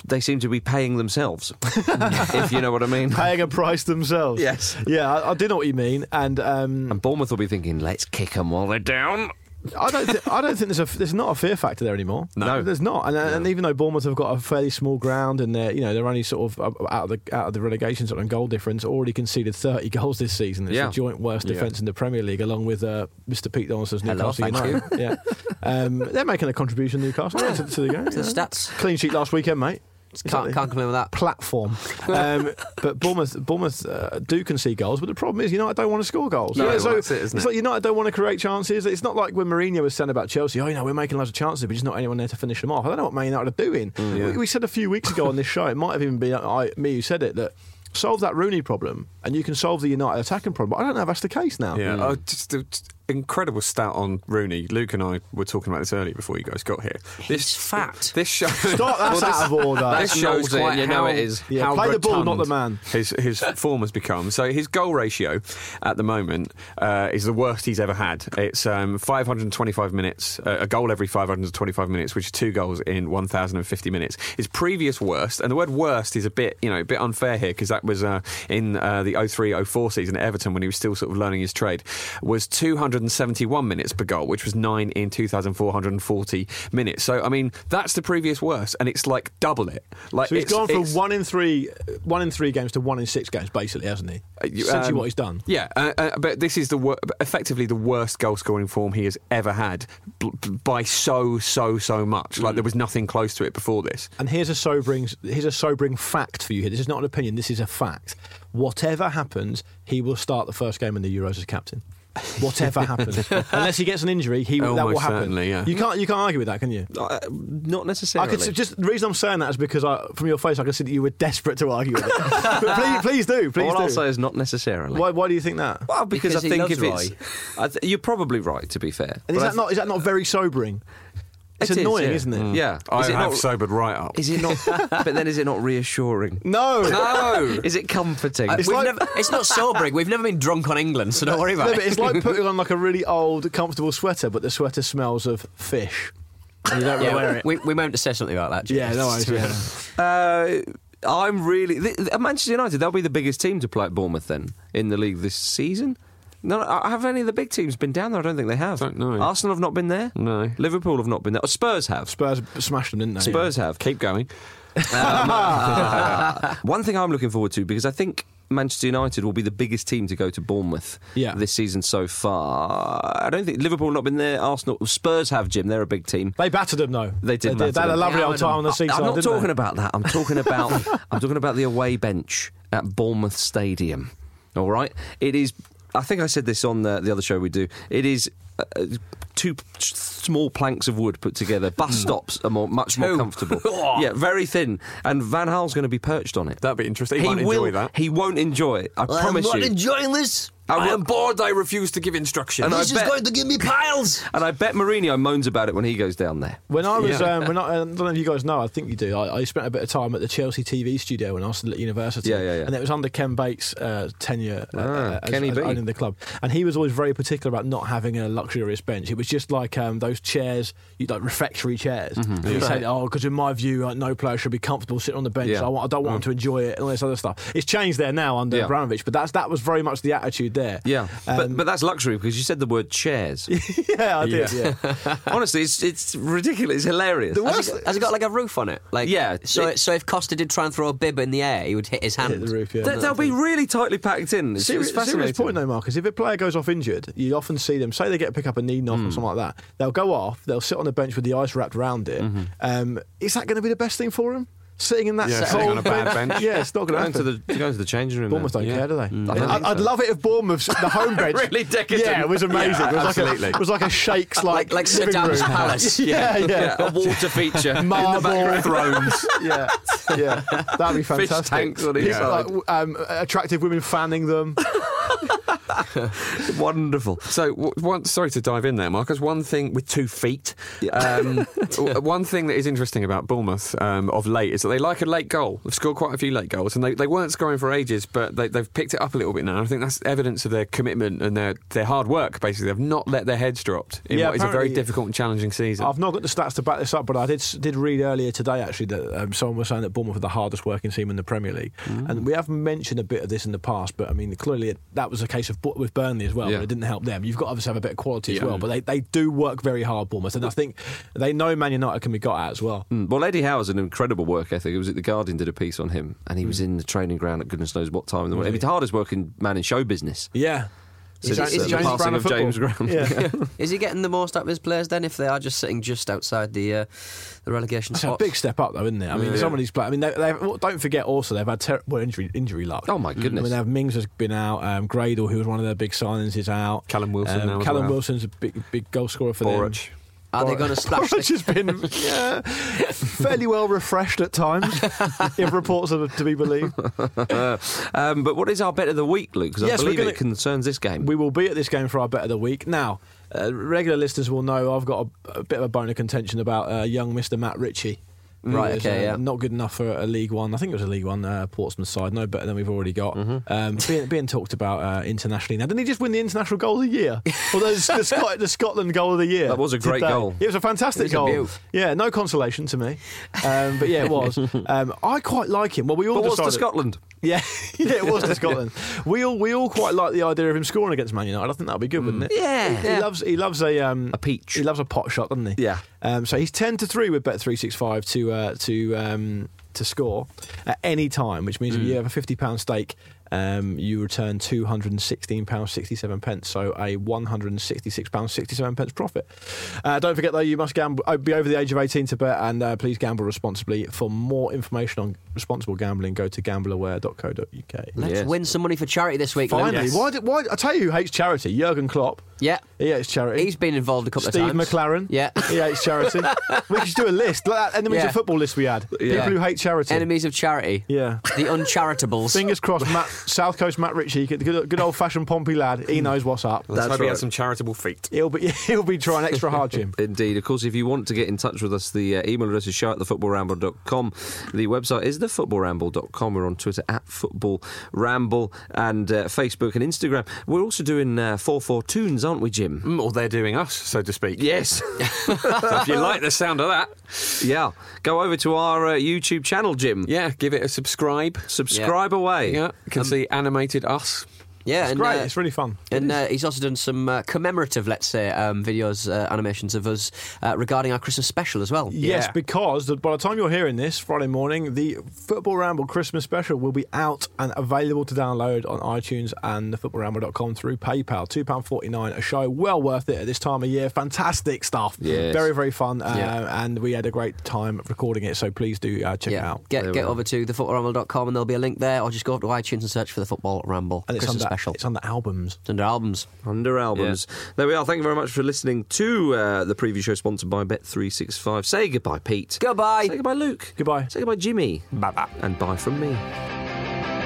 Speaker 1: They seem to be paying themselves, if you know what I mean.
Speaker 3: paying a price themselves.
Speaker 1: Yes.
Speaker 3: Yeah, I, I do know what you mean, and um,
Speaker 1: And Bournemouth will be thinking, let's kick them while they're down.
Speaker 3: I don't. Th- I don't think there's a. There's not a fear factor there anymore.
Speaker 1: No.
Speaker 3: there's not. And, and even though Bournemouth have got a fairly small ground, and they're you know they're only sort of up- out of the out of the relegation sort of goal difference, already conceded 30 goals this season. It's
Speaker 1: Yeah.
Speaker 3: the joint worst defence in the Premier League, along with uh, Mr. Pete Donaldson's
Speaker 2: Hello,
Speaker 3: Newcastle
Speaker 2: thank
Speaker 3: United. Yeah, um, they're making a contribution, Newcastle, to, to the game.
Speaker 2: The
Speaker 3: yeah.
Speaker 2: stats
Speaker 3: Clean sheet last weekend, mate.
Speaker 2: can't, can't complain with that.
Speaker 3: platform. Um, but Bournemouth, Bournemouth uh, do concede goals, but the problem is United don't want to score goals.
Speaker 4: No,
Speaker 3: Yeah, so
Speaker 4: that's it, isn't
Speaker 3: it's
Speaker 4: it?
Speaker 3: like United don't want to create chances. It's not like when Mourinho was saying about Chelsea, oh, you know, we're making loads of chances, but there's not anyone there to finish them off. I don't know what Man United are doing.
Speaker 4: Mm,
Speaker 3: we, we said a few weeks ago on this show, it might have even been uh, I, me who said it, that solve that Rooney problem and you can solve the United attacking problem. But I don't know if that's the case now.
Speaker 4: Yeah, oh, just an incredible stat on Rooney. Luke and I were talking about this earlier before you guys got here.
Speaker 2: He's fat.
Speaker 4: This show.
Speaker 3: Stop, that's out of order.
Speaker 4: This shows
Speaker 1: Knowles it,
Speaker 4: quite
Speaker 1: you know
Speaker 4: how,
Speaker 1: it is.
Speaker 3: Yeah,
Speaker 4: how
Speaker 3: play the ball, not
Speaker 4: rotund
Speaker 3: the man.
Speaker 4: His his form has become. So his goal ratio at the moment uh, is the worst he's ever had. It's um, 525 minutes, uh, a goal every 525 minutes, which is two goals in 1,050 minutes. His previous worst, and the word worst is a bit you know a bit unfair here because that was uh, in uh, the 03-04 season at Everton when he was still sort of learning his trade, was 271 minutes per goal, which was nine in 2,440 minutes. So I mean that's the previous worst, and it's like double it. Like
Speaker 3: So he's
Speaker 4: it's,
Speaker 3: gone from
Speaker 4: it's-
Speaker 3: one in three, one in three games to one in six games, basically, hasn't he?
Speaker 4: Uh, you-
Speaker 3: Essentially,
Speaker 4: um,
Speaker 3: what he's done.
Speaker 4: Yeah, uh, uh, but this is the wor- effectively the worst goal scoring form he has ever had b- b- by so so so much. Like there was nothing close to it before this.
Speaker 3: And here's a sobering here's a sobering fact for you here. This is not an opinion, this is a fact. Whatever happens, he will start the first game in the Euros as captain. Whatever happens. Unless he gets an injury, he will that will
Speaker 4: Almost
Speaker 3: happen.
Speaker 4: certainly, yeah.
Speaker 3: You can't you can't argue with that, can you?
Speaker 1: Uh, not
Speaker 3: I
Speaker 1: necessarily.
Speaker 3: could s- just the reason I'm saying that is because I, from your face I can see that you were desperate to argue with it. but please please do, please
Speaker 1: All
Speaker 3: do.
Speaker 1: I'll say is not necessarily.
Speaker 3: why why do you think that?
Speaker 1: Well, because,
Speaker 2: Because
Speaker 1: I
Speaker 2: he
Speaker 1: think
Speaker 2: loves
Speaker 1: if it's, I th- you're probably right. To be fair,
Speaker 3: And is
Speaker 1: But I
Speaker 3: that
Speaker 1: th-
Speaker 3: not is that not very sobering? It's
Speaker 1: It is,
Speaker 3: annoying,
Speaker 1: yeah. Mm.
Speaker 3: is, not it?
Speaker 1: Yeah,
Speaker 4: I
Speaker 1: is it
Speaker 4: have
Speaker 1: not?
Speaker 4: sobered right up.
Speaker 1: Is it not? but then, is it not reassuring?
Speaker 3: No.
Speaker 4: no,
Speaker 1: Is it comforting?
Speaker 3: It's
Speaker 2: We've
Speaker 3: like-
Speaker 2: never, it's not sobering. We've never been drunk on England, so don't worry
Speaker 3: No,
Speaker 2: about
Speaker 3: but
Speaker 2: it.
Speaker 3: it's like putting on like a really old, comfortable sweater, but the sweater smells of fish. And you don't really wear
Speaker 2: Yeah,
Speaker 3: it.
Speaker 2: we, we meant to say something about that. Jim.
Speaker 3: Yeah, no worries. Yeah.
Speaker 1: Uh, I'm really th- th- Manchester United. They'll be the biggest team to play at Bournemouth then in the league this season. No, no, I- have any of the big teams been down there? I don't think they have.
Speaker 4: Don't know.
Speaker 1: Arsenal have not been there.
Speaker 4: No.
Speaker 1: Liverpool have not been there. Oh, Spurs have.
Speaker 3: Spurs smashed them, didn't they?
Speaker 1: Spurs have.
Speaker 4: keep going.
Speaker 1: Um, One thing I'm looking forward to because I think Manchester United will be the biggest team to go to Bournemouth
Speaker 3: Yeah.
Speaker 1: this season so far. I don't think Liverpool have not been there. Arsenal, Spurs have. Jim, they're a big team.
Speaker 3: They battered them though.
Speaker 1: They did
Speaker 3: They,
Speaker 1: batter
Speaker 3: had a
Speaker 1: them.
Speaker 3: lovely
Speaker 2: Yeah, I
Speaker 3: old time
Speaker 2: know.
Speaker 3: on the seaside.
Speaker 1: I'm not
Speaker 3: didn't
Speaker 1: talking
Speaker 3: they?
Speaker 1: about that. I'm talking about I'm talking about the away bench at Bournemouth Stadium. All right, it is. I think I said this on the, the other show we do. It is. Uh, uh, Two p- small planks of wood put together. Bus stops are more, much more
Speaker 2: Two.
Speaker 1: comfortable. yeah, very thin. And Van Hal's going to be perched on it.
Speaker 4: That'd be interesting. He, might enjoy that.
Speaker 1: He won't enjoy it. I promise you.
Speaker 2: enjoying this.
Speaker 1: I will-
Speaker 4: bored. I refuse to give instructions.
Speaker 1: And I bet-
Speaker 2: to give me piles.
Speaker 1: and I bet Mourinho moans about it when he goes down there.
Speaker 3: When I was,
Speaker 4: Yeah.
Speaker 3: um, when I, I don't know if you guys know, I think you do. I, I spent a bit of time at the Chelsea TV studio when I was still at university.
Speaker 1: Yeah, yeah, yeah.
Speaker 3: And it was under Ken Bates' uh, tenure uh,
Speaker 1: Ah,
Speaker 3: as,
Speaker 1: Kenny
Speaker 3: as
Speaker 1: B.
Speaker 3: owning the club, and he was always very particular about not having a luxurious bench. It was just like um, those chairs, you, like refectory chairs.
Speaker 1: Mm-hmm.
Speaker 3: And He said, "Oh, because in my view, like, no player should be comfortable sitting on the bench.
Speaker 1: Yeah. Mm.
Speaker 3: I, want, I don't want them to enjoy it and all this other stuff." It's changed there now under
Speaker 1: Yeah.
Speaker 3: Abramovich, but that's that was very much the attitude there.
Speaker 1: Yeah, but
Speaker 3: Um,
Speaker 1: but that's luxury because you said the word chairs.
Speaker 3: yeah, I did. Yeah.
Speaker 1: Honestly, it's it's ridiculous. It's hilarious.
Speaker 2: Has it, has it got like a roof on it? Like
Speaker 1: Yeah,
Speaker 2: So
Speaker 1: it-
Speaker 2: so if Costa did try and throw a bib in the air, he would hit his hand.
Speaker 3: Hit the roof, yeah.
Speaker 1: They, will be really tightly packed in. It's,
Speaker 3: Serious,
Speaker 1: it's fascinating.
Speaker 3: serious point though, Marcus. If a player goes off injured, you often see them. Say they get pick up a knee knock
Speaker 1: Hmm.
Speaker 3: or something like that. They'll go off. They'll sit on the bench with the ice wrapped around it.
Speaker 1: Mm-hmm.
Speaker 3: Um, is that going to be the best thing for him? Sitting in that
Speaker 4: Yeah,
Speaker 3: set
Speaker 4: sitting
Speaker 3: hole
Speaker 4: on a bad bench.
Speaker 3: yeah, it's not going to
Speaker 1: Going
Speaker 3: happen.
Speaker 1: to the going to the changing room.
Speaker 3: Bournemouth
Speaker 1: then.
Speaker 3: don't
Speaker 4: Yeah.
Speaker 3: care, do they?
Speaker 1: I don't
Speaker 3: I,
Speaker 1: think
Speaker 3: I'd
Speaker 1: so.
Speaker 3: love it if Bournemouth, the home bench,
Speaker 1: Really decadent.
Speaker 3: Yeah, it was amazing. it was like a,
Speaker 4: absolutely.
Speaker 3: it was like a Shakes
Speaker 2: Like- like
Speaker 3: living
Speaker 2: Saddam's
Speaker 3: room.
Speaker 2: palace.
Speaker 3: yeah, yeah,
Speaker 1: Yeah, a water feature.
Speaker 3: Marble thrones, yeah, yeah, that'd be
Speaker 1: Fish
Speaker 3: fantastic.
Speaker 1: tanks on each
Speaker 3: People,
Speaker 1: side.
Speaker 3: like, w- um, attractive women fanning them.
Speaker 1: Wonderful.
Speaker 4: So, w- one, sorry to dive in there, Marcus. One thing with two feet. Um, w- one thing that is interesting about Bournemouth um, of late is that they like a late goal. They've scored quite a few late goals, and they, they weren't scoring for ages, but they, they've picked it up a little bit now. I think that's evidence of their commitment and their, their hard work. Basically, they've not let their heads dropped in
Speaker 3: Yeah,
Speaker 4: what is a very
Speaker 3: apparently-
Speaker 4: difficult and challenging season.
Speaker 3: I've not got the stats to back this up, but I did did read earlier today actually that um, someone was saying that Bournemouth are the hardest working team in the Premier League,
Speaker 1: Mm.
Speaker 3: and we have mentioned a bit of this in the past. But I mean, clearly it, that was a case of Bu- with Burnley as well.
Speaker 1: Yeah.
Speaker 3: But it didn't help them. You've got to obviously have a bit of quality as
Speaker 4: Yeah.
Speaker 3: well, but they, they do work very hard, Bournemouth, and I think they know Man United can be got at as well.
Speaker 1: Mm, Well, Eddie Howe's an incredible work ethic. It was at the Guardian did a piece on him, and he was in the training ground at goodness knows what time in the morning. He's the hardest working man in show business.
Speaker 3: Yeah.
Speaker 1: Since
Speaker 2: James-
Speaker 1: uh,
Speaker 2: is
Speaker 1: the
Speaker 2: James
Speaker 1: passing
Speaker 3: Brown a
Speaker 1: of James
Speaker 3: football?
Speaker 1: Graham.
Speaker 3: Yeah.
Speaker 2: Is he getting the most out of his players then if they are just sitting just outside the uh, the relegation
Speaker 3: It's a
Speaker 2: spot?
Speaker 3: big step up, though, isn't it? I mean, some of these players. I mean, they, they well, don't forget also they've had terrible injury injury luck. Mm.
Speaker 1: Oh, my goodness.
Speaker 3: I mean, they have Mings has been out. Um, Gradle, who was one of their big signings, is out. Um,
Speaker 4: Callum Wilson now as
Speaker 3: Callum
Speaker 4: well.
Speaker 3: Wilson's a big big goal scorer for
Speaker 4: Borich.
Speaker 3: them.
Speaker 2: Are they going to slash?
Speaker 3: Borich
Speaker 2: The,
Speaker 3: has been yeah, fairly well refreshed at times, if reports are to be believed.
Speaker 1: Um, but what is our bet of the week, Luke? Because
Speaker 3: Yes,
Speaker 1: I
Speaker 3: we're
Speaker 1: believe
Speaker 3: gonna-
Speaker 1: it concerns this game.
Speaker 3: We will be at this game for our bet of the week. Now, uh, regular listeners will know I've got a, a bit of a bone of contention about uh, young Mr. Matt Ritchie. who
Speaker 2: Right,
Speaker 3: is,
Speaker 2: okay, yeah.
Speaker 3: Not good enough for a League One. I think it was a League One uh, Portsmouth side. No better than we've already got.
Speaker 1: Mm-hmm.
Speaker 3: Um, being, being talked about uh, internationally now. Didn't he just win the international goal of the year? Well, the, the, Scot- the Scotland goal of the year.
Speaker 1: That was a great
Speaker 3: today.
Speaker 1: goal.
Speaker 3: It was a fantastic
Speaker 2: It was a
Speaker 3: goal.
Speaker 2: beaut.
Speaker 3: yeah, no consolation to me. Um, but yeah, it was. Um, I quite like him. Well, we all
Speaker 1: but what's to
Speaker 3: decided-
Speaker 1: Scotland?
Speaker 3: yeah, yeah, it was to Scotland. We all we all quite like the idea of him scoring against Man United. I think that'd be good, wouldn't it?
Speaker 1: Mm. Yeah.
Speaker 3: he, he
Speaker 1: Yeah.
Speaker 3: loves he loves a um,
Speaker 1: A peach.
Speaker 3: He loves a pot shot, doesn't he?
Speaker 1: Yeah.
Speaker 3: Um, so he's ten to three with Bet three six five to uh, to um, to score at any time, which
Speaker 2: Mm.
Speaker 3: means if you have a fifty pound stake. Um, you return two hundred and sixteen pounds sixty seven pence, so a one hundred and sixty six pounds sixty seven pence profit. Uh, don't forget though, you must gamble. oh, Be over the age of eighteen to bet, and uh, please gamble responsibly. For more information on responsible gambling, go to gambleaware.co.uk.
Speaker 2: let's
Speaker 1: Yes.
Speaker 2: win some money for charity this week. Lou.
Speaker 3: Finally, why? Did, why? I tell you, who hates charity. Jurgen Klopp.
Speaker 2: Yeah.
Speaker 3: He hates charity.
Speaker 2: He's been involved a couple
Speaker 3: Steve
Speaker 2: of times.
Speaker 3: McLaren.
Speaker 2: Yeah.
Speaker 3: He hates charity. we could just do a list. Like that enemies
Speaker 2: Yeah.
Speaker 3: of football list we had. People who hate charity.
Speaker 2: Enemies of charity.
Speaker 3: Yeah.
Speaker 2: The uncharitables.
Speaker 3: Fingers crossed, Matt, South Coast Matt Ritchie, good, good, good old fashioned Pompey lad. He knows what's up.
Speaker 4: Let's hope he
Speaker 1: right.
Speaker 4: has some charitable feet.
Speaker 3: He'll be he'll be trying extra hard, Jim.
Speaker 1: Indeed. Of course, if you want to get in touch with us, the uh, email address is show at thefootballramble.com. The website is thefootballramble.com. We're on Twitter at Football Ramble and uh, Facebook and Instagram. We're also doing uh, 4 tunes, aren't we, Jim?
Speaker 4: Mm, Or they're doing us, so to speak.
Speaker 1: Yes.
Speaker 4: So if you like the sound of that,
Speaker 1: yeah. Go over to our uh, YouTube channel, Jim.
Speaker 4: yeah, give it a subscribe.
Speaker 1: Subscribe away.
Speaker 3: um,
Speaker 4: Yeah, you can see animated us.
Speaker 2: Yeah,
Speaker 3: It's
Speaker 2: and,
Speaker 3: great.
Speaker 2: uh,
Speaker 3: it's really fun.
Speaker 2: And uh, he's also done some uh, commemorative, let's say, um, videos, uh, animations of us uh, regarding our Christmas special as well.
Speaker 3: Yes,
Speaker 4: Yeah.
Speaker 3: because the, by the time you're hearing this Friday morning, the Football Ramble Christmas special will be out and available to download on iTunes and thefootballramble.com through PayPal. £2.49 a show, well worth it at this time of year. Fantastic stuff.
Speaker 1: Yes.
Speaker 3: Very, very fun. Uh,
Speaker 2: Yeah.
Speaker 3: And we had a great time recording it, so please do uh, check it
Speaker 2: Yeah,
Speaker 3: out.
Speaker 2: get
Speaker 1: There we
Speaker 2: get
Speaker 1: are.
Speaker 2: over to thefootballramble.com and there'll be a link there, or just go up to iTunes and search for the Football Ramble
Speaker 3: And it's
Speaker 2: Christmas
Speaker 3: on, the,
Speaker 2: special.
Speaker 3: it's on the albums.
Speaker 2: It's under albums.
Speaker 1: Under albums. There we are. Thank you very much for listening to uh, the preview show sponsored by Bet365. Say goodbye, Pete.
Speaker 2: Goodbye.
Speaker 1: Say goodbye, Luke.
Speaker 3: Goodbye.
Speaker 1: Say goodbye, Jimmy.
Speaker 3: Bye bye.
Speaker 1: And bye from me.